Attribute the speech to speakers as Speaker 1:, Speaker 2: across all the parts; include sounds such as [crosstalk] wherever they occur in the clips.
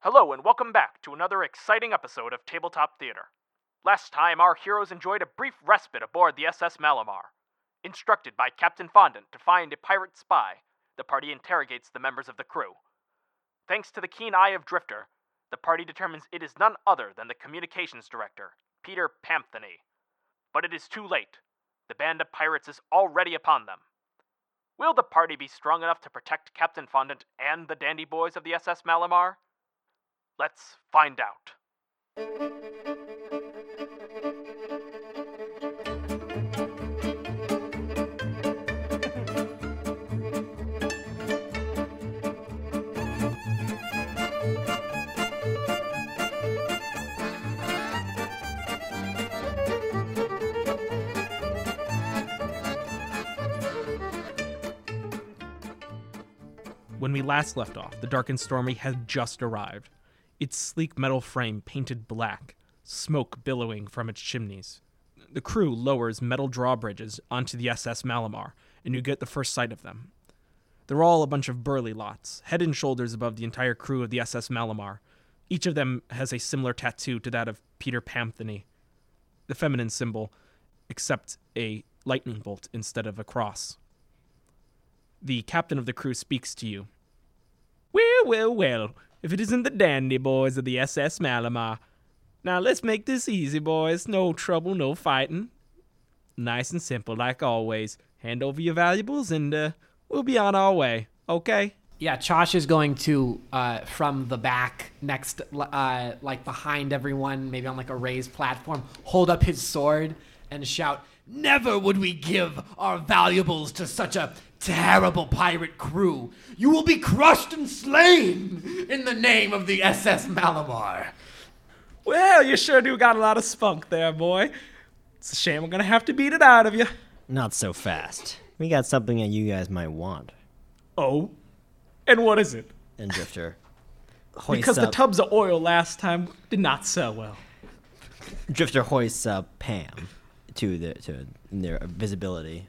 Speaker 1: Hello, and welcome back to another exciting episode of Tabletop Theater. Last time, our heroes enjoyed a brief respite aboard the SS Malamar. Instructed by Captain Fondant to find a pirate spy, the party interrogates the members of the crew. Thanks to the keen eye of Drifter, the party determines it is none other than the communications director, Peter Pamphany. But it is too late. The band of pirates is already upon them. Will the party be strong enough to protect Captain Fondant and the dandy boys of the SS Malamar? Let's find out.
Speaker 2: When we last left off, the Dark and Stormy had just arrived, its sleek metal frame painted black, smoke billowing from its chimneys. The crew lowers metal drawbridges onto the SS Malamar, and you get the first sight of them. They're all a bunch of burly lots, head and shoulders above the entire crew of the SS Malamar. Each of them has a similar tattoo to that of Peter Pamphany, the feminine symbol, except a lightning bolt instead of a cross the captain of the crew speaks to you. Well, well, well, if it isn't the dandy boys of the SS Malamar. Now let's make this easy, boys. No trouble, no fighting. Nice and simple, like always. Hand over your valuables and uh, we'll be on our way, okay?
Speaker 3: Yeah, Chosh is going to uh, from the back next, uh, like behind everyone, maybe on like a raised platform, hold up his sword and shout, "Never would we give our valuables to such a terrible pirate crew. You will be crushed and slain in the name of the SS Malamar."
Speaker 2: Well, you sure do got a lot of spunk there, boy. It's a shame I'm gonna have to beat it out of you.
Speaker 4: Not so fast. We got something that you guys might want.
Speaker 2: Oh? And what is it?
Speaker 4: And Drifter
Speaker 2: [laughs]
Speaker 4: hoists
Speaker 2: Because the
Speaker 4: up-
Speaker 2: tubs of oil last time did not sell well.
Speaker 4: Drifter hoists up Pam to the to their visibility.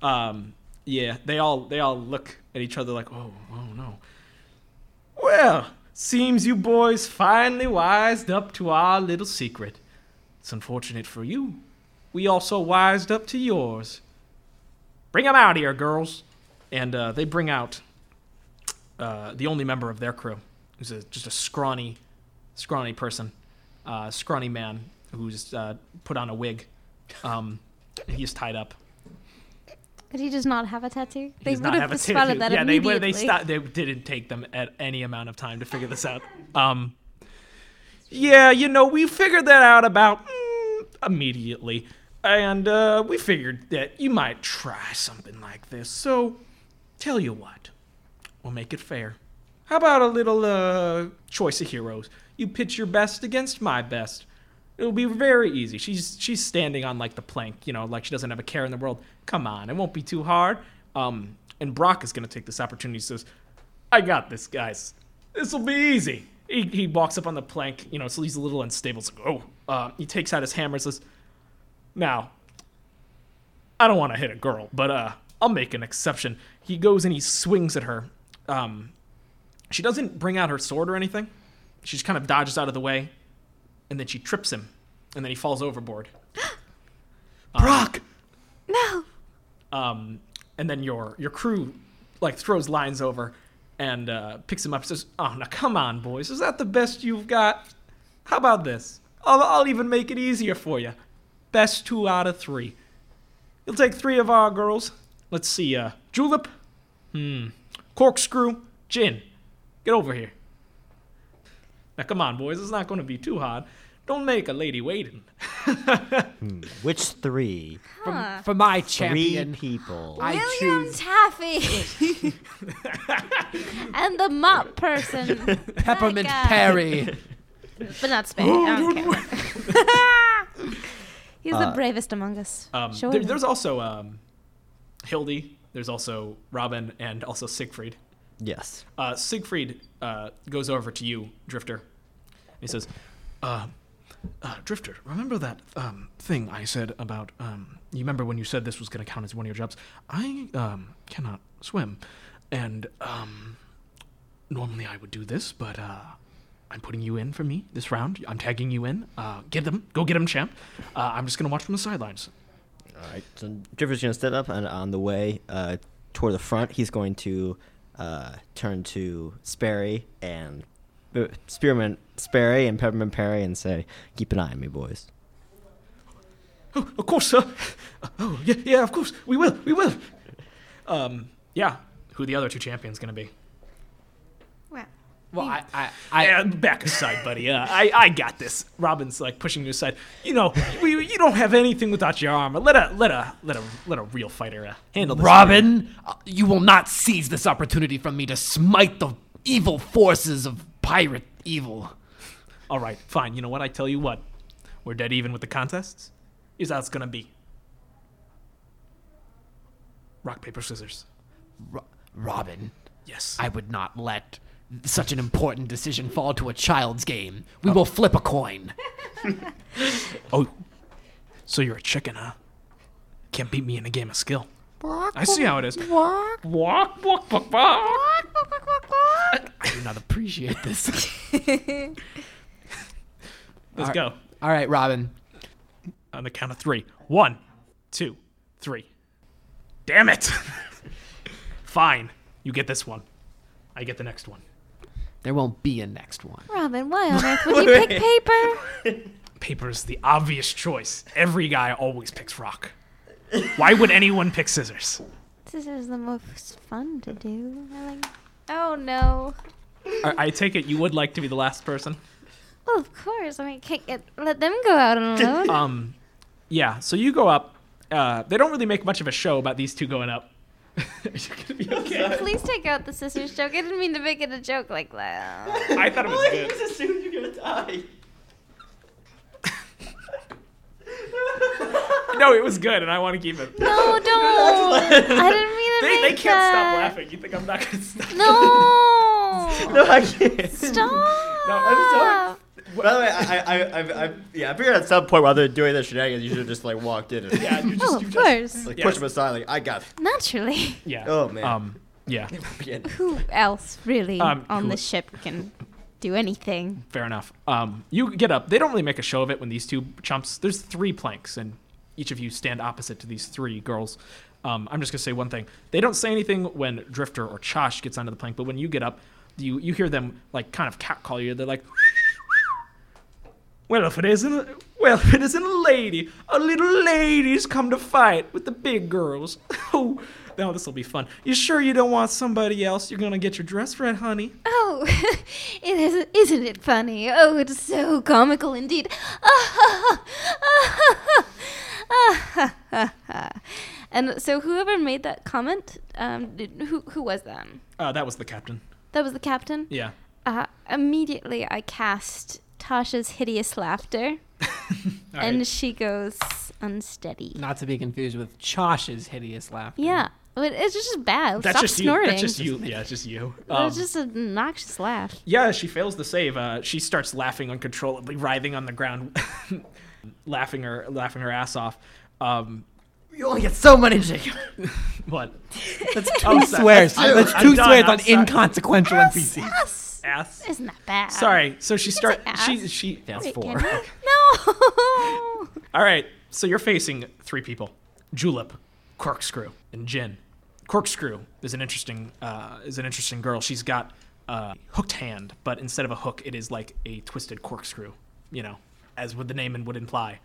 Speaker 2: Um, yeah, they all they all look at each other like, oh, oh no. Well, seems you boys finally wised up to our little secret. It's unfortunate for you. We also wised up to yours. Bring 'em out here, girls. And uh, they bring out uh, the only member of their crew, who's a, just a scrawny, scrawny person, uh, scrawny man who's uh, put on a wig. Um, and he's tied up.
Speaker 5: Did he just not have a tattoo? They
Speaker 2: does
Speaker 5: would
Speaker 2: not
Speaker 5: have
Speaker 2: a
Speaker 5: spotted
Speaker 2: tattoo.
Speaker 5: that
Speaker 2: yeah, they
Speaker 5: immediately.
Speaker 2: were. They sto- They didn't take them at any amount of time to figure this out. Um, yeah, you know, we figured that out about mm, immediately, and uh, we figured that you might try something like this. So, tell you what, we'll make it fair. How about a little uh, choice of heroes? You pitch your best against my best. It'll be very easy. She's she's standing on like the plank, you know, like she doesn't have a care in the world. Come on, it won't be too hard. Um, and Brock is gonna take this opportunity. He says, "I got this, guys. This will be easy." He, he walks up on the plank, you know, so he's a little unstable. It's like, oh, uh, he takes out his hammer. and Says, "Now, I don't want to hit a girl, but uh, I'll make an exception." He goes and he swings at her. Um, she doesn't bring out her sword or anything. She just kind of dodges out of the way and then she trips him, and then he falls overboard. Brock. No. Um, and then your your crew, like, throws lines over, and uh, picks him up. and Says, "Oh, now come on, boys, is that the best you've got? How about this? I'll I'll even make it easier for you. Best two out of three. You'll take three of our girls. Let's see, uh, Julep, hmm, Corkscrew, Gin. Get over here." Now, come on, boys, it's not going to be too hard. Don't make a lady waiting.
Speaker 4: Which three?
Speaker 3: For my
Speaker 4: Three
Speaker 3: champion,
Speaker 4: people.
Speaker 3: I
Speaker 5: William
Speaker 3: choose
Speaker 5: Taffy
Speaker 2: [laughs]
Speaker 5: and the mop person,
Speaker 3: Peppermint
Speaker 5: guy.
Speaker 3: Perry.
Speaker 5: but not Spank.
Speaker 2: Oh,
Speaker 5: I don't care. [laughs] He's the bravest among us.
Speaker 2: Uh, Um,
Speaker 5: sure.
Speaker 2: there- there's also um, Hildy, there's also Robin, and also Siegfried.
Speaker 4: Yes.
Speaker 2: Uh, Siegfried uh, goes over to you, Drifter. He says, uh, uh, Drifter, remember that um, thing I said about. Um, you remember when you said this was going to count as one of your jobs? I um, cannot swim. And um, normally I would do this, but uh, I'm putting you in for me this round. I'm tagging you in. Uh, get them. Go get them, champ. Uh, I'm just going to watch from the sidelines.
Speaker 4: All right. So Drifter's gonna step up, and on the way uh, toward the front, he's going to uh, turn to Sperry and uh, Spearman Sperry and Peppermint Perry and say, "Keep an eye on me, boys."
Speaker 2: Oh, of course, sir. Oh, yeah, yeah, of course. We will. We will. Um, yeah. Who the other two champions going to be?
Speaker 5: Well,
Speaker 3: Well, I, I,
Speaker 2: I, uh,
Speaker 3: I,
Speaker 2: back aside, buddy. Uh, I, I got this. Robin's like pushing you aside. You know, we, you don't have anything without your armor. Let a let a let a let a real fighter uh, handle this.
Speaker 3: Robin, uh, you will not seize this opportunity from me to smite the evil forces of pirate evil.
Speaker 2: All right, fine. You know what? I tell you what, we're dead even with the contests. Is how it's gonna be. Rock paper scissors.
Speaker 3: Ro- Robin,
Speaker 2: Yes.
Speaker 3: I would not let such an important decision fall to a child's game. We will flip a coin.
Speaker 2: oh, so you're a chicken, huh? Can't beat me in a game of skill. I see how it is.
Speaker 5: walk,
Speaker 2: Walk, walk, walk, walk.
Speaker 5: walk, walk, walk, walk.
Speaker 3: I do not appreciate this.
Speaker 2: [laughs] Let's
Speaker 3: All right.
Speaker 2: go.
Speaker 3: All right, Robin.
Speaker 2: on the count of three. One, two, three. Damn it! [laughs] Fine. You get this one. I get the next one.
Speaker 3: There won't be a next one.
Speaker 5: [laughs] Robin, why on earth would you pick
Speaker 2: [laughs]
Speaker 5: paper?
Speaker 2: Paper is the obvious choice. Every guy always picks rock. Why would anyone pick scissors?
Speaker 5: This is the most fun to do. I like. Oh no.
Speaker 2: I, I take it you would like to be the last person.
Speaker 5: Well, of course. I mean, can't get, let them go out on
Speaker 2: [laughs]
Speaker 5: alone.
Speaker 2: Um, yeah. So you go up. Uh, they don't really make much of a show about these two going up. [laughs] You're gonna be okay.
Speaker 5: Please take out the sisters joke. I didn't mean to make it a joke like that.
Speaker 2: I thought it was good.
Speaker 4: assumed you're gonna die.
Speaker 2: No, it was good, and I want to keep it. [laughs]
Speaker 5: No, don't. I didn't mean to
Speaker 2: They,
Speaker 5: make
Speaker 2: they can't stop
Speaker 5: that.
Speaker 2: laughing. You think I'm not gonna stop? [laughs]
Speaker 5: No.
Speaker 4: No, I can't.
Speaker 5: Stop.
Speaker 2: No, I'm sorry.
Speaker 4: By the way, I, I, I, I, I, yeah, I figured at some point rather than doing the shenanigans, you should have just like walked in and
Speaker 2: Yeah,
Speaker 4: [laughs]
Speaker 2: you just
Speaker 5: Oh, of course.
Speaker 4: like
Speaker 2: Yeah.
Speaker 4: pushed him aside. Like I got it.
Speaker 5: Naturally. [laughs]
Speaker 2: yeah.
Speaker 4: Oh, man.
Speaker 2: Um, yeah.
Speaker 4: [laughs] Again.
Speaker 5: Who else really
Speaker 2: Um,
Speaker 5: on
Speaker 2: who-
Speaker 5: the ship can do anything?
Speaker 2: Fair enough. Um, you get up. They don't really make a show of it when these two chumps. There's three planks, and each of you stand opposite to these three girls. Um, I'm just gonna say one thing. They don't say anything when Drifter or Chosh gets onto the plank, but when you get up, you you hear them like kind of catcall you. They're like, "Well, if it isn't, well, if it isn't a lady, a little lady's come to fight with the big girls." [laughs] oh, now this will be fun. You sure you don't want somebody else? You're gonna get your dress right, honey.
Speaker 5: Oh, [laughs] it is, isn't it funny? Oh, it's so comical indeed. [laughs] and so, whoever made that comment, um, did, who who was that?
Speaker 2: Uh, that was the captain.
Speaker 5: That was the captain.
Speaker 2: Yeah.
Speaker 5: Uh, immediately, I cast Tasha's hideous laughter,
Speaker 2: All
Speaker 5: and
Speaker 2: right.
Speaker 5: she goes unsteady.
Speaker 3: Not to be confused with Chosh's hideous laughter.
Speaker 5: Yeah, but it's just bad.
Speaker 2: That's
Speaker 5: Stop
Speaker 2: just
Speaker 5: snorting.
Speaker 2: you. That's just you. Yeah, it's just you.
Speaker 5: It
Speaker 2: Um,
Speaker 5: was just an obnoxious laugh.
Speaker 2: yeah, she fails the save. Uh, she starts laughing uncontrollably, writhing on the ground, [laughs] laughing her laughing her ass off. Um,
Speaker 4: You only get so many chicken.
Speaker 2: what [laughs]
Speaker 3: That's
Speaker 2: I'm
Speaker 3: two
Speaker 2: sorry.
Speaker 3: swears.
Speaker 2: I-
Speaker 3: That's
Speaker 2: I'm
Speaker 3: two
Speaker 2: done.
Speaker 3: swears
Speaker 2: I'm
Speaker 3: on
Speaker 2: sorry.
Speaker 3: inconsequential NPCs.
Speaker 5: Us
Speaker 2: ass?
Speaker 5: isn't that bad.
Speaker 2: Sorry. So she starts.
Speaker 5: an ass.
Speaker 2: She she.
Speaker 4: That's
Speaker 5: Wait,
Speaker 4: four.
Speaker 5: can I? No.
Speaker 2: All right. So you're facing three people: Julep, Corkscrew, and Jin. Corkscrew is an interesting uh, is an interesting girl. She's got a hooked hand, but instead of a hook, it is like a twisted corkscrew. You know, as would the name and would imply.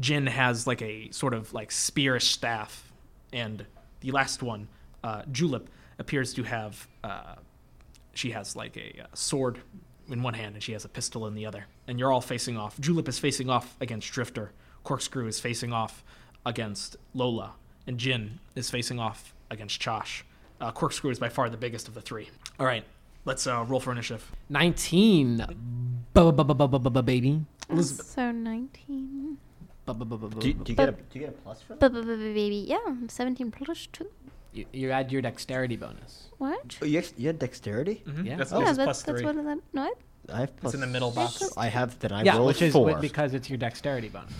Speaker 2: Jin has like a sort of like spearish staff, and the last one, uh, Julep, appears to have. Uh, she has like a uh, sword in one hand and she has a pistol in the other. And you're all facing off. Julep is facing off against Drifter. Corkscrew is facing off against Lola. And Jin is facing off against Chosh. Uh, Corkscrew is by far the biggest of the three. All right, let's uh, roll for initiative.
Speaker 3: 19. Baby.
Speaker 2: [laughs] Elizabeth,
Speaker 5: So 19.
Speaker 4: Do, do you get a do you get a plus for that?
Speaker 5: Baby, yeah, I'm 17 plus 2.
Speaker 3: You, you add your dexterity bonus.
Speaker 5: What?
Speaker 4: Oh, you, ex- you had dexterity.
Speaker 3: Yeah.
Speaker 2: that's,
Speaker 5: yeah,
Speaker 2: this is
Speaker 5: that,
Speaker 2: plus
Speaker 5: that's
Speaker 2: three.
Speaker 5: one of them.
Speaker 2: [laughs]
Speaker 5: No, what?
Speaker 4: I have plus.
Speaker 2: Mm-hmm. in the middle box.
Speaker 4: s- I have then I
Speaker 3: yeah,
Speaker 4: rolled
Speaker 3: which is
Speaker 4: four.
Speaker 3: wi- because it's your dexterity bonus.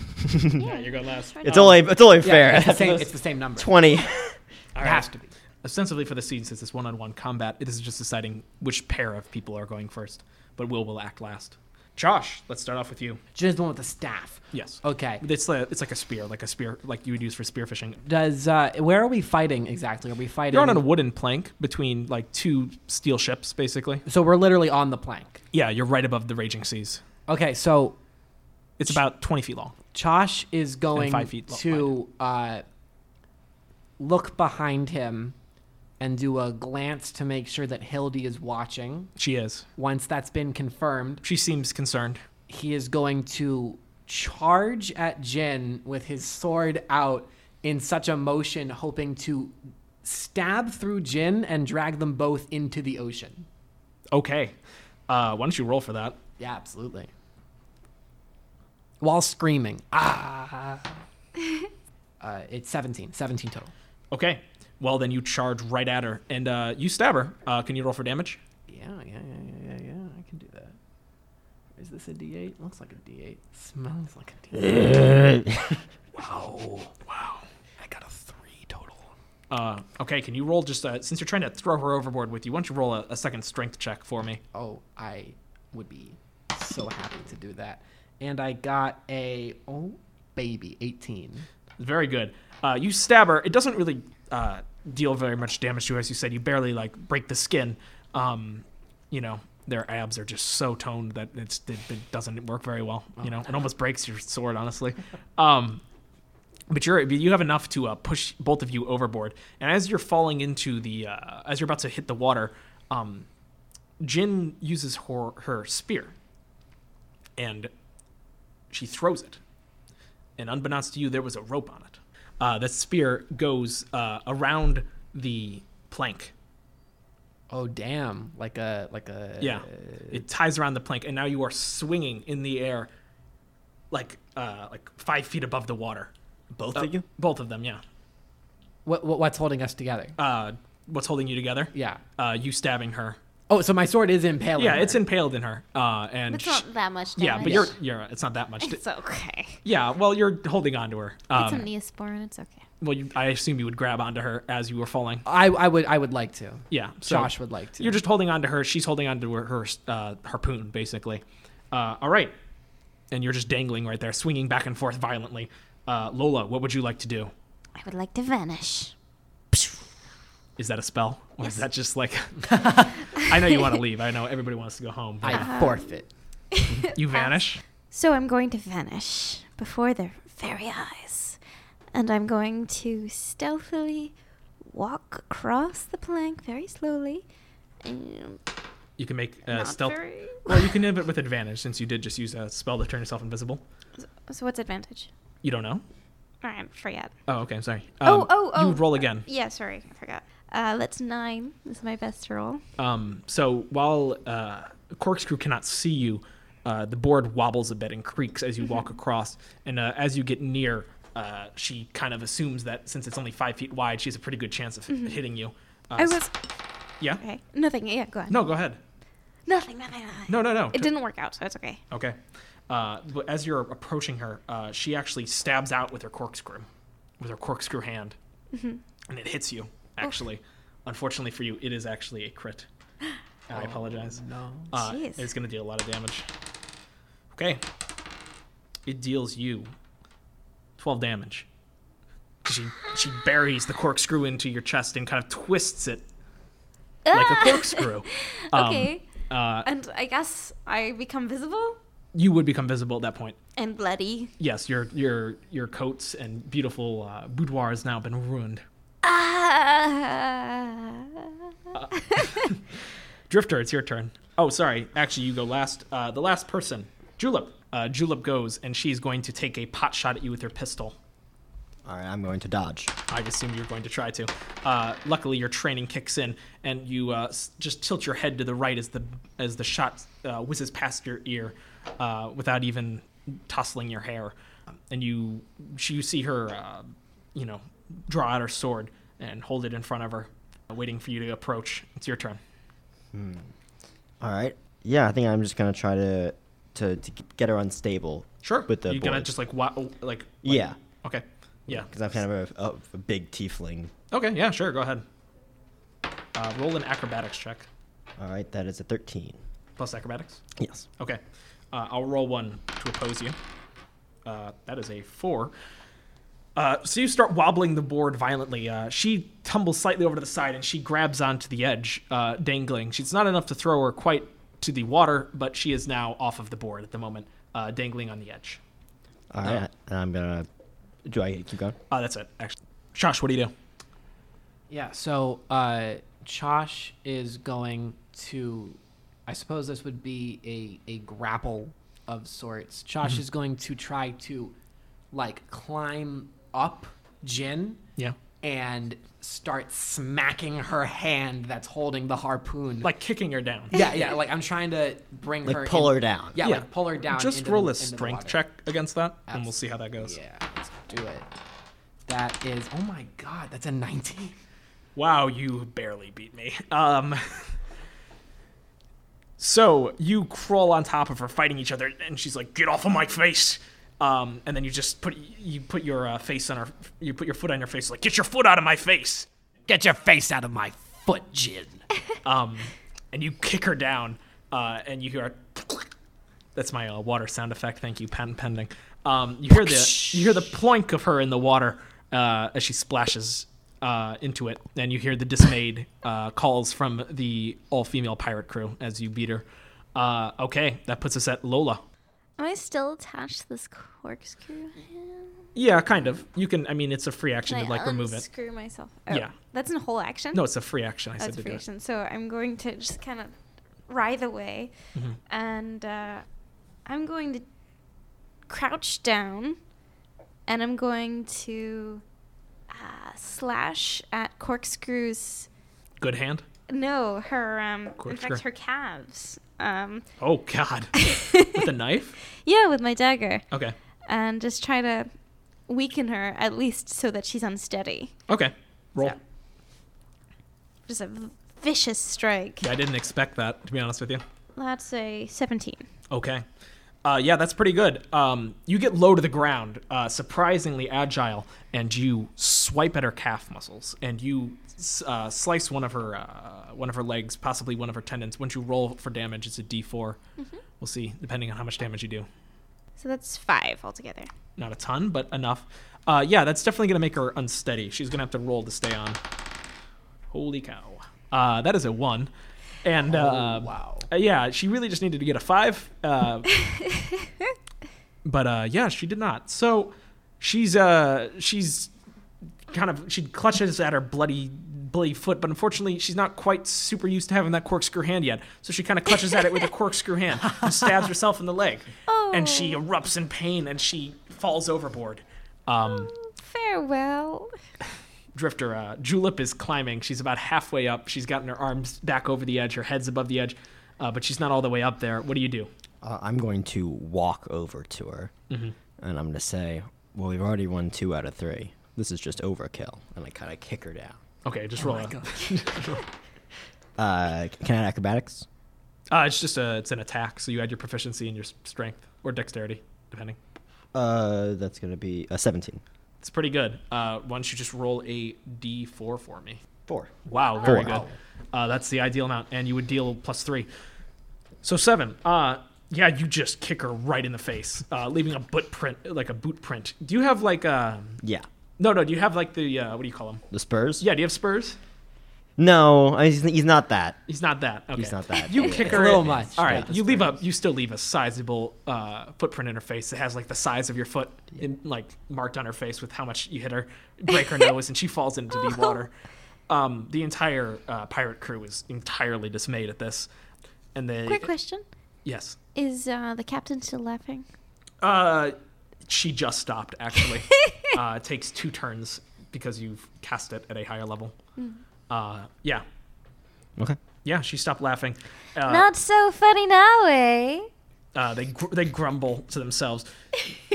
Speaker 5: yeah,
Speaker 2: you go last.
Speaker 5: that's right.
Speaker 4: it's only it's only
Speaker 3: Yeah,
Speaker 4: fair.
Speaker 3: It's the same, it's the same number.
Speaker 4: [laughs] Twenty.
Speaker 2: All
Speaker 3: It
Speaker 2: right.
Speaker 3: has to be.
Speaker 2: ostensibly for the scene since it's one-on-one combat. It is just deciding which pair of people are going first, but Will will act last. Josh, let's start off with you.
Speaker 3: Just the one with the staff.
Speaker 2: Yes. Oh,
Speaker 3: Okay.
Speaker 2: It's like, it's like a spear, like a spear, like you would use for spearfishing.
Speaker 3: Does uh, where are we fighting exactly? Are we fighting?
Speaker 2: You're on a wooden plank between like two steel ships, basically.
Speaker 3: so we're literally on the plank.
Speaker 2: Yeah, you're right above the raging seas.
Speaker 3: Okay, so
Speaker 2: It's about 20 feet long.
Speaker 3: Chosh is going
Speaker 2: five feet
Speaker 3: to uh, look behind him and do a glance to make sure that Hildy is watching.
Speaker 2: She is.
Speaker 3: Once that's been confirmed,
Speaker 2: She seems concerned.
Speaker 3: he is going to charge at Jin with his sword out in such a motion, hoping to stab through Jin and drag them both into the ocean.
Speaker 2: Okay. Uh, why don't you roll for that?
Speaker 3: Yeah, absolutely. While screaming, ah. uh, it's 17, 17 total.
Speaker 2: Okay. Well, then you charge right at her and uh, you stab her. Uh, can you roll for damage?
Speaker 3: Yeah, yeah, yeah, yeah, yeah, yeah. I can do that. Is this a D8? Looks like a D8. Smells like a D8. wow. Wow. I got a three total.
Speaker 2: Uh, okay. Can you roll just uh, since you're trying to throw her overboard with you? Why don't you roll a, a second strength check for me?
Speaker 3: Oh, I would be so happy to do that. And I got a oh baby 18.
Speaker 2: Very good. Uh, you stab her. It doesn't really uh, deal very much damage to her, as you said. You barely like break the skin. Um, you know, their abs are just so toned that it's, it, it doesn't work very well. You know, it almost breaks your sword, honestly. Um, but you're you have enough to uh, push both of you overboard. And as you're falling into the uh, as you're about to hit the water, um, Jin uses her her spear, and she throws it and unbeknownst to you, there was a rope on it. Uh, that spear goes uh, around the plank.
Speaker 3: Oh damn, like a like a
Speaker 2: Yeah, it ties around the plank, and now you are swinging in the air, like uh, like five feet above the water. Uh,
Speaker 4: Both of you?
Speaker 2: Both of them, yeah.
Speaker 3: What, what what's holding us together?
Speaker 2: Uh, what's holding you together?
Speaker 3: yeah.
Speaker 2: Uh, you stabbing her.
Speaker 3: Oh, so my sword is impaling.
Speaker 2: Yeah,
Speaker 3: her.
Speaker 2: it's impaled in her. Uh, and
Speaker 5: It's
Speaker 2: sh-
Speaker 5: not that much damage.
Speaker 2: yeah, but you're you're it's not that much.
Speaker 5: It's okay.
Speaker 2: yeah, well, you're holding on to her.
Speaker 5: it's a
Speaker 2: Um,
Speaker 5: Neosporin. It's okay.
Speaker 2: well, you, I assume you would grab onto her as you were falling.
Speaker 3: I I would I would like to.
Speaker 2: Yeah, so
Speaker 3: Josh would like to.
Speaker 2: You're just holding on to her. She's holding on to her, her uh, harpoon, basically. Uh, all right. And you're just dangling right there, swinging back and forth violently. Uh, Lola, what would you like to do?
Speaker 5: I would like to vanish.
Speaker 2: Is that a spell? Or is that just
Speaker 5: [laughs]
Speaker 2: like. [laughs] I know you want to leave. I know everybody wants to go home. But
Speaker 3: I forfeit.
Speaker 5: [laughs]
Speaker 2: you vanish.
Speaker 5: So I'm going to vanish before their very eyes. And I'm going to stealthily walk across the plank very slowly. And
Speaker 2: You can make uh,
Speaker 5: not
Speaker 2: stealth.
Speaker 5: very-
Speaker 2: Well, you
Speaker 5: [laughs]
Speaker 2: can do it with advantage since you did just use a spell to turn yourself invisible.
Speaker 5: So what's advantage?
Speaker 2: You don't know?
Speaker 5: I forgot.
Speaker 2: Oh, okay. I'm sorry.
Speaker 5: Oh,
Speaker 2: Um,
Speaker 5: oh, oh.
Speaker 2: You would roll again.
Speaker 5: Yeah, sorry. I forgot. Uh, that's nine. This is my best roll.
Speaker 2: Um, so while uh, Corkscrew cannot see you, uh, the board wobbles a bit and creaks as you walk across. And uh, as you get near, uh, she kind of assumes that since it's only five feet wide, she has a pretty good chance of hitting you. Uh,
Speaker 5: I was.
Speaker 2: Yeah.
Speaker 5: Okay. Nothing. Yeah, go on.
Speaker 2: No, go ahead.
Speaker 5: Nothing, nothing, nothing.
Speaker 2: No, no, no.
Speaker 5: It didn't work out, so it's okay.
Speaker 2: Okay. Uh, but as you're approaching her, uh, she actually stabs out with her corkscrew, with her corkscrew hand, and it hits you. Actually, unfortunately for you, it is actually a crit. And I apologize. No. Uh,
Speaker 5: Jeez.
Speaker 2: it's going to deal a lot of damage. Okay. It deals you twelve damage. She she buries the corkscrew into your chest and kind of twists it like
Speaker 5: [laughs]
Speaker 2: a corkscrew. Um,
Speaker 5: Okay.
Speaker 2: uh,
Speaker 5: and I guess I become visible
Speaker 2: you would become visible at that point.
Speaker 5: and bloody.
Speaker 2: yes, your your your coats and beautiful uh, boudoir has now been ruined.
Speaker 5: Ah.
Speaker 2: Drifter, it's your turn. Oh, sorry. Actually, you go last. Uh, the last person, Julep. Uh, Julep goes, and she's going to take a pot shot at you with her pistol. Oh.
Speaker 4: All right, I'm going to dodge.
Speaker 2: I assume you're going to try to. Uh, luckily, your training kicks in, and you uh, s- just tilt your head to the right as the as the shot uh, whizzes past your ear, uh, without even tousling your hair. And you she- you see her, uh, you know, draw out her sword and hold it in front of her, waiting for you to approach. It's your turn.
Speaker 4: All right. Yeah, I think I'm just gonna try to to, to get her unstable. With the
Speaker 2: you're
Speaker 4: board.
Speaker 2: gonna just like wa- oh, like, like
Speaker 4: yeah,
Speaker 2: okay yeah
Speaker 4: because I'm kind of a, a, a big tiefling.
Speaker 2: okay yeah sure go ahead Uh, roll an acrobatics check
Speaker 4: All right, that is a 13.
Speaker 2: plus acrobatics.
Speaker 4: Yes.
Speaker 2: Okay. Uh, I'll roll one to oppose you. Uh, that is a four. Uh, so you start wobbling the board violently. Uh, she tumbles slightly over to the side and she grabs onto the edge, uh, dangling. She's not enough to throw her quite to the water, but she is now off of the board at the moment, uh, dangling on the edge.
Speaker 4: All right, and I'm gonna. Do I keep going?
Speaker 2: Uh, that's it, actually. Shosh, what do you do?
Speaker 3: Yeah, so uh Chosh is going to I suppose this would be a, a grapple of sorts. Chosh
Speaker 2: Mm-hmm.
Speaker 3: is going to try to like climb up Jin
Speaker 2: Yeah.
Speaker 3: and start smacking her hand that's holding the harpoon.
Speaker 2: Like kicking her down.
Speaker 3: [laughs] Yeah, yeah, like I'm trying to bring
Speaker 4: Like
Speaker 3: her
Speaker 4: pull
Speaker 3: in-
Speaker 4: her down.
Speaker 3: Yeah, like pull her down.
Speaker 2: Just
Speaker 3: into
Speaker 2: roll a
Speaker 3: the, into the
Speaker 2: strength
Speaker 3: water.
Speaker 2: check against that, and we'll see how that goes.
Speaker 3: Yeah, let's do it. That is oh my god, that's a nineteen.
Speaker 2: Wow, you barely beat me. Um, [laughs] so you crawl on top of her, fighting each other, and she's like, "Get off of my face!" Um, and then you just put you put your uh, face on her, you put your foot on your face, like, "Get your foot out of my face!"
Speaker 3: Get your face out of my foot, Jin.
Speaker 2: [laughs] Um, and you kick her down, uh, and you hear. A that's my uh, water sound effect. Thank you, patent pending. Um, you hear the you hear the ploink of her in the water uh, as she splashes uh, into it, and you hear the dismayed uh, calls from the all female pirate crew as you beat her. Uh, okay, that puts us at Lola.
Speaker 5: Am I still attached to this corkscrew hand?
Speaker 2: Yeah, kind of. You can. I mean, it's a free action
Speaker 5: Can
Speaker 2: to like
Speaker 5: I
Speaker 2: remove it.
Speaker 5: unscrew myself. Oh,
Speaker 2: Yeah.
Speaker 5: That's a whole action?
Speaker 2: No, it's a free action. I said
Speaker 5: That's
Speaker 2: to do
Speaker 5: Oh, free
Speaker 2: it.
Speaker 5: action. So I'm going to just kind of writhe away.
Speaker 2: Mm-hmm.
Speaker 5: And uh, I'm going to crouch down. And I'm going to uh, slash at Corkscrew's.
Speaker 2: Good hand.
Speaker 5: No, her. Um, in
Speaker 2: Corkscrew.
Speaker 5: fact, her calves. Um,
Speaker 2: Oh
Speaker 5: [laughs]
Speaker 2: God, [laughs] with a knife.
Speaker 5: yeah, with my dagger.
Speaker 2: Okay.
Speaker 5: And just try to weaken her, at least so that she's unsteady.
Speaker 2: Okay. Roll.
Speaker 3: Yeah.
Speaker 5: Just a v- vicious strike.
Speaker 2: Yeah, I didn't expect that. To be honest with you.
Speaker 5: That's a 17.
Speaker 2: Okay. Uh, yeah, that's pretty good. Um, you get low to the ground, uh, surprisingly agile, and you swipe at her calf muscles, and you s- uh, slice one of her uh, one of her legs, possibly one of her tendons. Once you roll for damage, it's a D4. We'll see, depending on how much damage you do.
Speaker 5: So that's five altogether.
Speaker 2: Not a ton, but enough. Uh, yeah, that's definitely gonna make her unsteady. She's gonna have to roll to stay on. Holy cow! Uh, that is a one, and uh,
Speaker 3: wow.
Speaker 2: uh, yeah, she really just needed to get a five. Uh, but uh, yeah, she did not. So she's uh, she's kind of she clutches at her bloody bloody foot, but unfortunately she's not quite super used to having that corkscrew hand yet. So she kind of clutches at it with a corkscrew hand and stabs herself in the leg, and she erupts in pain and she falls overboard. Um,
Speaker 5: Farewell.
Speaker 2: Drifter, uh, Julep is climbing. She's about halfway up. She's gotten her arms back over the edge, her head's above the edge, uh, but she's not all the way up there. What do you do?
Speaker 4: Uh, I'm going to walk over to her,
Speaker 2: Mm-hmm.
Speaker 4: and I'm gonna say, "Well, we've already won two out of three. This is just overkill." And I kind of kick her down.
Speaker 2: Okay, just roll. it.
Speaker 4: Uh, can I add acrobatics?
Speaker 2: Uh, it's just a, it's an attack, so you add your proficiency and your s- strength or dexterity, depending.
Speaker 4: Uh, that's gonna be a 17.
Speaker 2: It's pretty good. Uh, why don't you just roll a d4 for me?
Speaker 4: Four.
Speaker 2: Wow, very
Speaker 4: Four.
Speaker 2: good. Uh, that's the ideal amount, and you would deal plus three. So seven. Uh, yeah, you just kick her right in the face, uh, leaving a boot print, like a boot print. Do you have like uh
Speaker 4: Yeah.
Speaker 2: No, no. Do you have like the uh, what do you call them?
Speaker 4: The Spurs?
Speaker 2: Yeah, do you have spurs?
Speaker 4: No, I- he's, he's not that.
Speaker 2: He's not that. Okay.
Speaker 4: He's not that.
Speaker 2: You
Speaker 4: Yeah.
Speaker 2: kick
Speaker 3: It's a
Speaker 2: her.
Speaker 3: little much,
Speaker 2: All
Speaker 3: but
Speaker 2: right,
Speaker 3: the
Speaker 2: you leave a you still leave a sizable uh, footprint in her face that has like the size of your foot in, like marked on her face with how much you hit her, break her nose, and she falls into
Speaker 4: [laughs]
Speaker 2: the water. Um, the entire uh, pirate crew is entirely dismayed at this, and they
Speaker 5: Quick question.
Speaker 2: yes,
Speaker 5: Is uh, the captain still laughing?
Speaker 2: uh, she just stopped actually.
Speaker 3: [laughs]
Speaker 2: uh, it takes two turns because you've cast it at a higher level.
Speaker 3: Hmm.
Speaker 2: Uh, yeah,
Speaker 4: Okay.
Speaker 2: yeah, she stopped laughing. Uh,
Speaker 5: Not so funny now, eh?
Speaker 2: Uh, they gr- they grumble to themselves.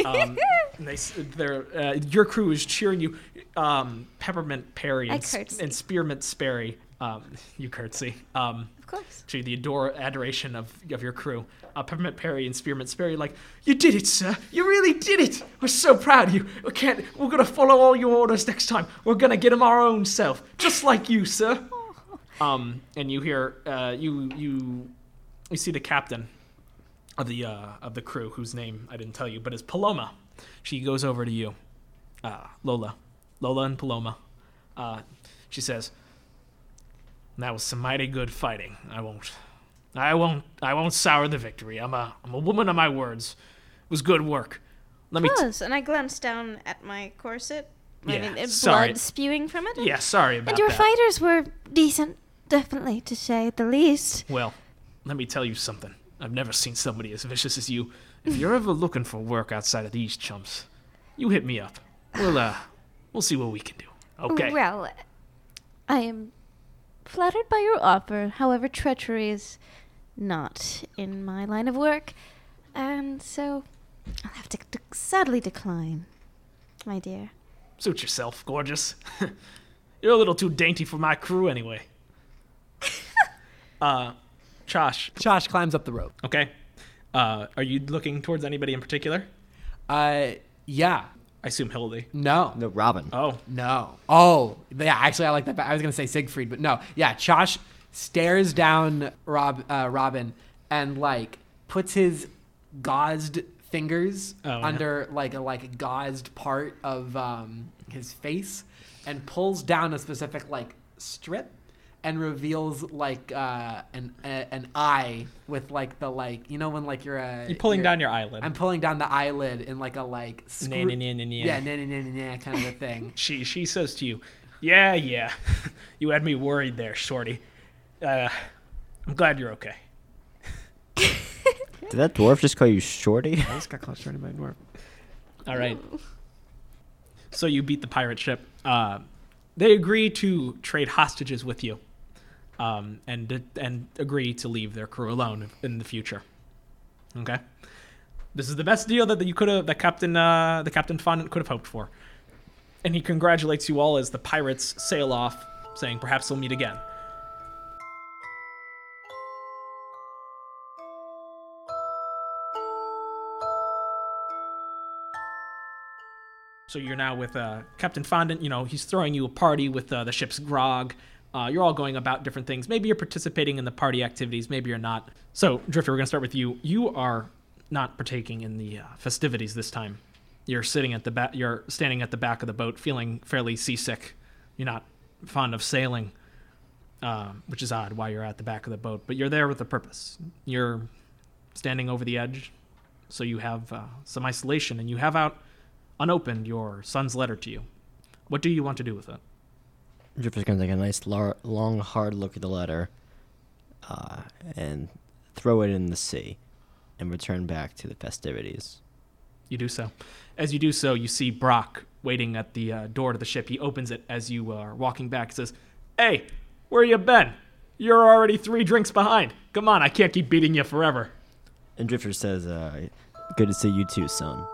Speaker 2: Um, and they s- they're, uh, your crew is cheering you. Um, Peppermint Perry
Speaker 5: I
Speaker 2: and, Sp-
Speaker 5: curtsy.
Speaker 2: and Spearmint Sperry, um, you curtsy, um,
Speaker 5: [laughs] Of course.
Speaker 2: to the adore adoration of, of your crew. Uh, Peppermint Perry and Spearmint Sperry like, you did it, sir. You really did it. We're so proud of you. We can't. We're gonna follow all your orders next time. We're gonna get 'em our own self, just like you, sir. Um, and you hear uh, you you you see the captain of the uh, of the crew whose name I didn't tell you, but is Paloma. She goes over to you, uh, Lola, Lola and Paloma. Uh, she says, "That was some mighty good fighting. I won't, I won't, I won't sour the victory. I'm a I'm a woman of my words. It was good work. Let me." t-
Speaker 5: Close. And I glanced down at my corset. I
Speaker 2: Yeah,
Speaker 5: mean, it
Speaker 2: sorry.
Speaker 5: blood spewing from it.
Speaker 2: yeah, sorry about
Speaker 5: And your
Speaker 2: that.
Speaker 5: fighters were decent, definitely, to say the least.
Speaker 2: Well, let me tell you something. I've never seen somebody as vicious as you. If you're ever looking for work outside of these chumps, you hit me up. We'll uh, we'll see what we can do. Okay.
Speaker 5: Well, I am flattered by your offer. However, treachery is not in my line of work, and so I'll have to d- sadly decline, my dear.
Speaker 2: Suit yourself, gorgeous. [laughs] you're a little too dainty for my crew, anyway. uh, Josh.
Speaker 3: Josh climbs up the rope.
Speaker 2: Okay. Uh, are you looking towards anybody in particular?
Speaker 3: Uh, yeah.
Speaker 2: I assume Hildy.
Speaker 3: No.
Speaker 4: No, Robin.
Speaker 2: Oh,
Speaker 3: No. Oh, yeah. Actually, I like that. Better. I was gonna say Siegfried, but no. Yeah, Josh stares down Rob, uh, Robin, and like puts his gauzed fingers
Speaker 2: Oh, yeah.
Speaker 3: under like a like gauzed part of um, his face, and pulls down a specific like strip, and reveals like uh, an a, an eye with like the like you know when like you're a
Speaker 2: you're pulling
Speaker 3: Uh, you're-
Speaker 2: down your eyelid.
Speaker 3: I'm pulling down the eyelid in like a like
Speaker 2: Nah, nah, nah, nah, nah.
Speaker 3: yeah nah, nah, nah, nah, nah, kind of a
Speaker 2: [laughs]
Speaker 3: thing.
Speaker 2: she she says to you, "Yeah, yeah, [laughs] you had me worried there, Shorty. Uh, I'm glad you're okay."
Speaker 4: Did that dwarf just call you Shorty?
Speaker 3: I just got called shorty by a dwarf.
Speaker 2: All right. So you beat the pirate ship. Uh, they agree to trade hostages with you, um, and and agree to leave their crew alone in the future. Okay. This is the best deal that, that you could have that Captain uh, the Captain Fondant could have hoped for, and he congratulates you all as the pirates sail off, saying perhaps they'll meet again. So you're now with uh, Captain Fondant. You know, he's throwing you a party with uh, the ship's grog. Uh, you're all going about different things. Maybe you're participating in the party activities. Maybe you're not. So, Drifter, we're going to start with you. You are not partaking in the uh, festivities this time. You're sitting at the back. You're standing at the back of the boat, feeling fairly seasick. You're not fond of sailing, uh, which is odd. Why you're at the back of the boat, but you're there with a purpose. You're standing over the edge, so you have uh, some isolation, and you have out unopened your son's letter to you. What do you want to do with it?
Speaker 4: Drifter's gonna take a nice, lar- long, hard look at the letter, uh, and throw it in the sea, and return back to the festivities.
Speaker 2: You do so. As you do so, you see Brock waiting at the uh, door to the ship. He opens it as you are walking back. He says, "Hey, where you been? You're already three drinks behind. Come on, I can't keep beating you forever."
Speaker 4: And Drifter says, uh, "Good to see you too, son."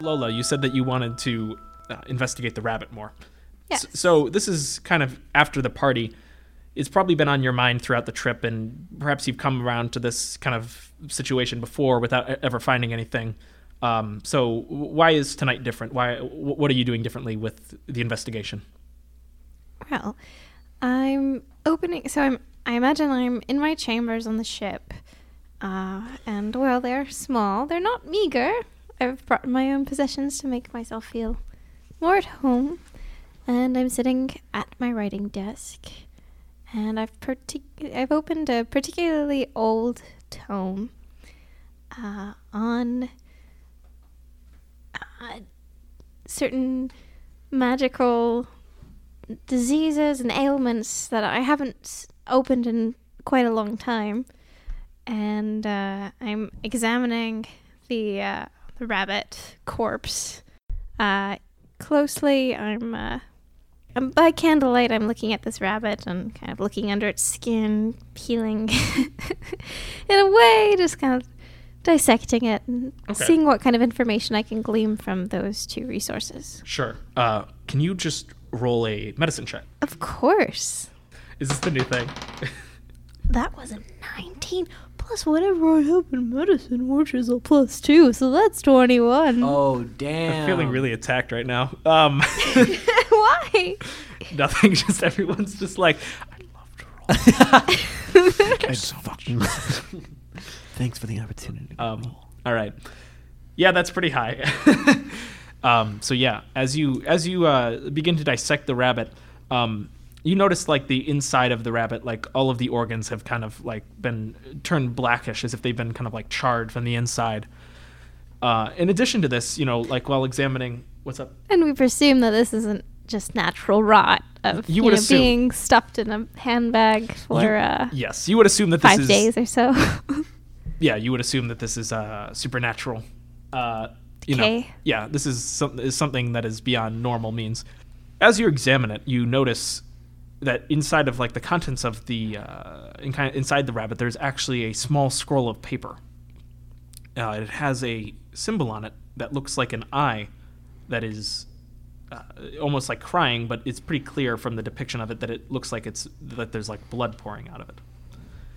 Speaker 2: Lola, you said that you wanted to uh, investigate the rabbit more.
Speaker 5: Yes.
Speaker 2: S- So this is kind of after the party. It's probably been on your mind throughout the trip, and perhaps you've come around to this kind of situation before without e- ever finding anything. Um, so w- why is tonight different? Why? wh- What are you doing differently with the investigation?
Speaker 5: Well, I'm opening. So I'm. I imagine I'm in my chambers on the ship, uh, and well, they're small. They're not meager. I've brought my own possessions to make myself feel more at home, and I'm sitting at my writing desk, and I've partic- I've opened a particularly old tome uh, on uh, certain magical diseases and ailments that I haven't s- opened in quite a long time, and uh, I'm examining the uh, the rabbit corpse uh, closely. I'm, uh, I'm by candlelight. I'm looking at this rabbit and kind of looking under its skin, peeling [laughs] in a way, just kind of dissecting it and
Speaker 2: Okay.
Speaker 5: seeing what kind of information I can glean from those two resources.
Speaker 2: Sure. Uh, can you just roll a medicine check?
Speaker 5: Of course.
Speaker 2: Is this the new thing?
Speaker 5: That was a 19 plus
Speaker 6: Plus whatever I have in medicine, which is a plus two, so that's twenty-one.
Speaker 3: Oh damn!
Speaker 2: I'm feeling really attacked right now. Um,
Speaker 6: [laughs]
Speaker 2: [laughs]
Speaker 6: Why?
Speaker 2: nothing. Just everyone's just like, I love to roll.
Speaker 3: Thanks for the opportunity.
Speaker 2: Um, all right. Yeah, that's pretty high. [laughs] um, so yeah, as you as you uh, begin to dissect the rabbit, um, you notice like the inside of the rabbit, like all of the organs have kind of like been turned blackish, as if they've been kind of like charred from the inside. Uh, in addition to this, you know, like while examining, what's up?
Speaker 6: And we presume that this isn't just natural rot of
Speaker 2: You
Speaker 6: you
Speaker 2: would
Speaker 6: know,
Speaker 2: assume.
Speaker 6: being stuffed in a handbag for uh,
Speaker 2: Yes, you would assume that this
Speaker 6: five
Speaker 2: is
Speaker 6: days or so. [laughs]
Speaker 2: yeah, you would assume that this is uh, supernatural. Uh, you know,
Speaker 6: Decay.
Speaker 2: yeah, this is, some, is something that is beyond normal means. As you examine it, you notice that inside of like the contents of the uh, in kind inside the rabbit, there's actually a small scroll of paper. Uh, it has a symbol on it that looks like an eye, that is uh, almost like crying, but it's pretty clear from the depiction of it that it looks like it's that there's like blood pouring out of it.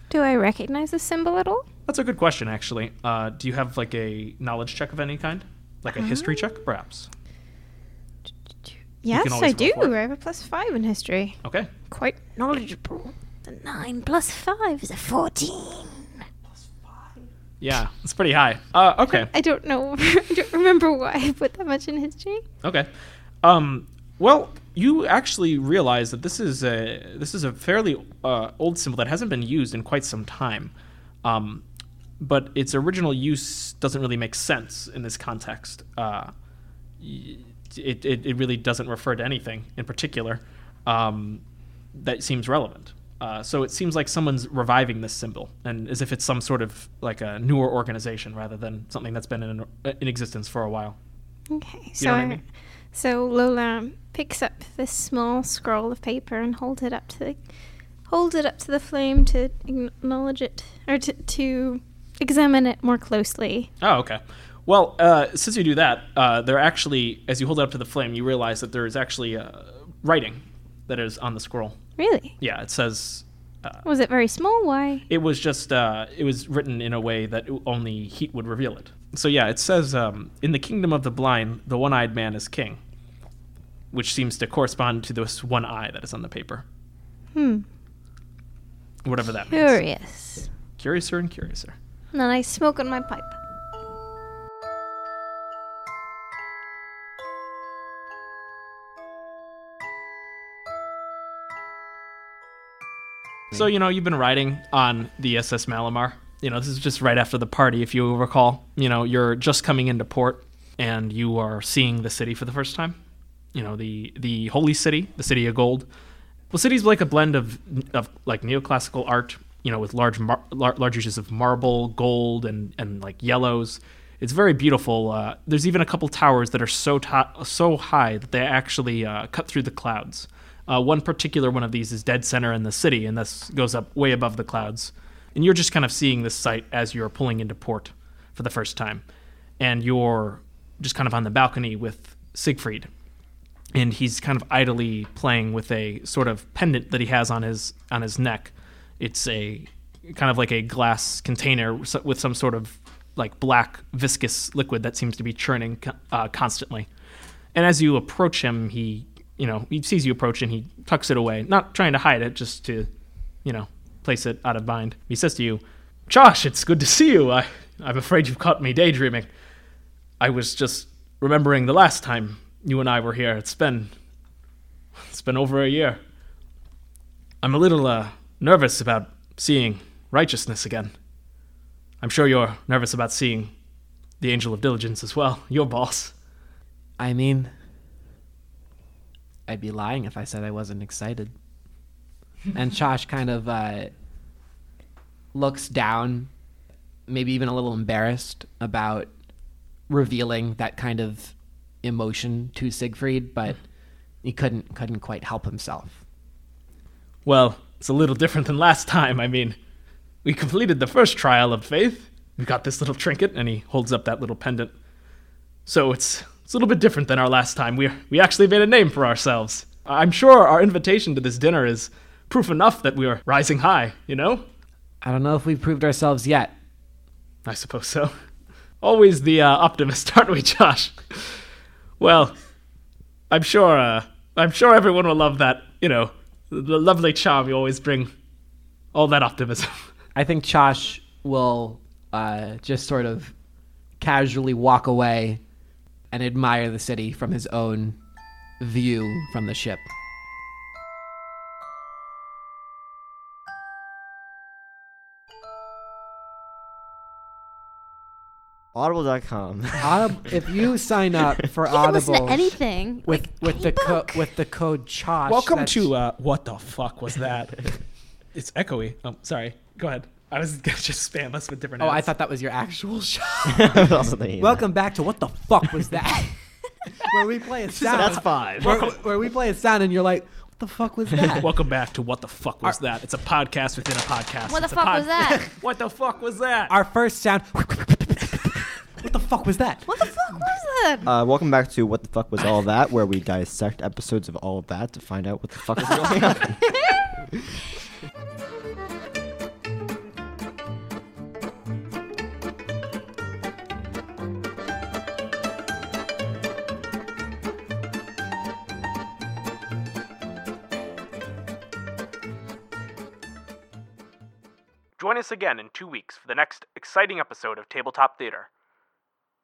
Speaker 5: Do I recognize the symbol at all?
Speaker 2: That's a good question, actually. Uh, do you have like a knowledge check of any kind, like a history check, perhaps?
Speaker 5: Yes,
Speaker 2: always
Speaker 5: I
Speaker 2: roll
Speaker 5: do.
Speaker 2: for it.
Speaker 5: I have a plus five in history.
Speaker 2: Okay.
Speaker 5: Quite knowledgeable. The nine plus five is a fourteen.
Speaker 2: Yeah, it's pretty high. Uh, okay.
Speaker 6: I don't know. [laughs] I don't remember why I put that much in history.
Speaker 2: Okay. Um, well, you actually realize that this is a this is a fairly uh, old symbol that hasn't been used in quite some time, um, but its original use doesn't really make sense in this context. Uh, y- it, it it really doesn't refer to anything in particular um, that seems relevant. Uh, so it seems like someone's reviving this symbol, and as if it's some sort of like a newer organization rather than something that's been in, in existence for a while.
Speaker 6: Okay,
Speaker 2: You
Speaker 6: so
Speaker 2: know what I
Speaker 6: I-
Speaker 2: mean?
Speaker 6: so Lola picks up this small scroll of paper and holds it up to the holds it up to the flame to acknowledge it or to, to examine it more closely.
Speaker 2: Oh, okay. Well, uh, since you do that, uh, there actually, as you hold it up to the flame, you realize that there is actually uh, writing that is on the scroll.
Speaker 6: Really?
Speaker 2: Yeah, it says
Speaker 6: Was it very small? Why?
Speaker 2: it was just uh, it was written in a way that only heat would reveal it. So yeah, it says um, in the kingdom of the blind, the one-eyed man is king, which seems to correspond to this one eye that is on the paper. Hmm. Whatever that means.
Speaker 6: Curious.
Speaker 2: Curiouser and curiouser.
Speaker 6: And then I smoke on my pipe.
Speaker 2: So you know you've been riding on the SS Malamar. You know this is just right after the party, if you recall. You know you're just coming into port, and you are seeing the city for the first time. You know the the holy city, the city of gold. Well, city's like a blend of of like neoclassical art. You know with large mar- lar- large uses of marble, gold, and and like yellows. It's very beautiful. Uh, there's even a couple towers that are so ti- so high that they actually uh, cut through the clouds. Uh, one particular one of these is dead center in the city, and this goes up way above the clouds. And you're just kind of seeing this sight as you're pulling into port for the first time. And you're just kind of on the balcony with Siegfried. And he's kind of idly playing with a sort of pendant that he has on his on his neck. It's a kind of like a glass container with some sort of like black viscous liquid that seems to be churning co- uh, constantly. And as you approach him, he, you know, he sees you approach and he tucks it away, not trying to hide it, just to, you know, place it out of mind. He says to you, Josh, it's good to see you. I, I'm afraid you've caught me daydreaming. I was just remembering the last time you and I were here. It's been, it's been over a year. I'm a little uh, nervous about seeing righteousness again. I'm sure you're nervous about seeing the Angel of Diligence as well, your boss.
Speaker 3: I mean, I'd be lying if I said I wasn't excited. and Josh kind of uh, looks down, maybe even a little embarrassed about revealing that kind of emotion to Siegfried, but he couldn't couldn't quite help himself.
Speaker 2: Well, it's a little different than last time. I mean, we completed the first trial of faith. We got this little trinket, and he holds up that little pendant. So it's it's a little bit different than our last time. We we actually made a name for ourselves. I'm sure our invitation to this dinner is proof enough that we are rising high. You know,
Speaker 3: I don't know if we've proved ourselves yet.
Speaker 2: I suppose so. Always the uh, optimist, [laughs] aren't we, Josh? Well, I'm sure. Uh, I'm sure everyone will love that. You know, the lovely charm you always bring. All that optimism.
Speaker 3: I think Chosh will uh, just sort of casually walk away and admire the city from his own view from the ship. [laughs]
Speaker 4: [laughs] Audible.com.
Speaker 3: Audib- if you sign [laughs] up for
Speaker 5: You can listen
Speaker 3: Audible
Speaker 5: to anything.
Speaker 3: with with
Speaker 5: like any
Speaker 3: the co-
Speaker 5: book.
Speaker 3: with the code Chosh,
Speaker 2: [laughs] Welcome
Speaker 3: that's-
Speaker 2: to uh, what the fuck was that?
Speaker 3: [laughs]
Speaker 2: it's echoey. Oh, sorry. Go ahead. I was [laughs] gonna just spam us with different.
Speaker 3: Oh, I
Speaker 2: ads.
Speaker 3: thought that was your actual show. [laughs]
Speaker 4: Also thinking that.
Speaker 3: Welcome back to what the fuck was that? where we [laughs] play a sound.
Speaker 4: That's five.
Speaker 3: Where, where we play a sound and you're like, what the fuck was [laughs] that?
Speaker 2: Welcome back to what the fuck was that? It's a podcast within a podcast.
Speaker 5: What the
Speaker 2: It's a
Speaker 5: fuck
Speaker 2: pod-
Speaker 5: was
Speaker 2: [laughs]
Speaker 5: that?
Speaker 2: What the fuck was that?
Speaker 3: Our first sound. [laughs] what the fuck was that?
Speaker 5: what the fuck was that?
Speaker 4: Uh, welcome back to What the Fuck Was All That, where we dissect episodes of all of that to find out what
Speaker 3: [laughs]
Speaker 4: the fuck is going on.
Speaker 1: Join us again in two weeks for the next exciting episode of Tabletop Theater.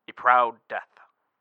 Speaker 1: A Proud Death.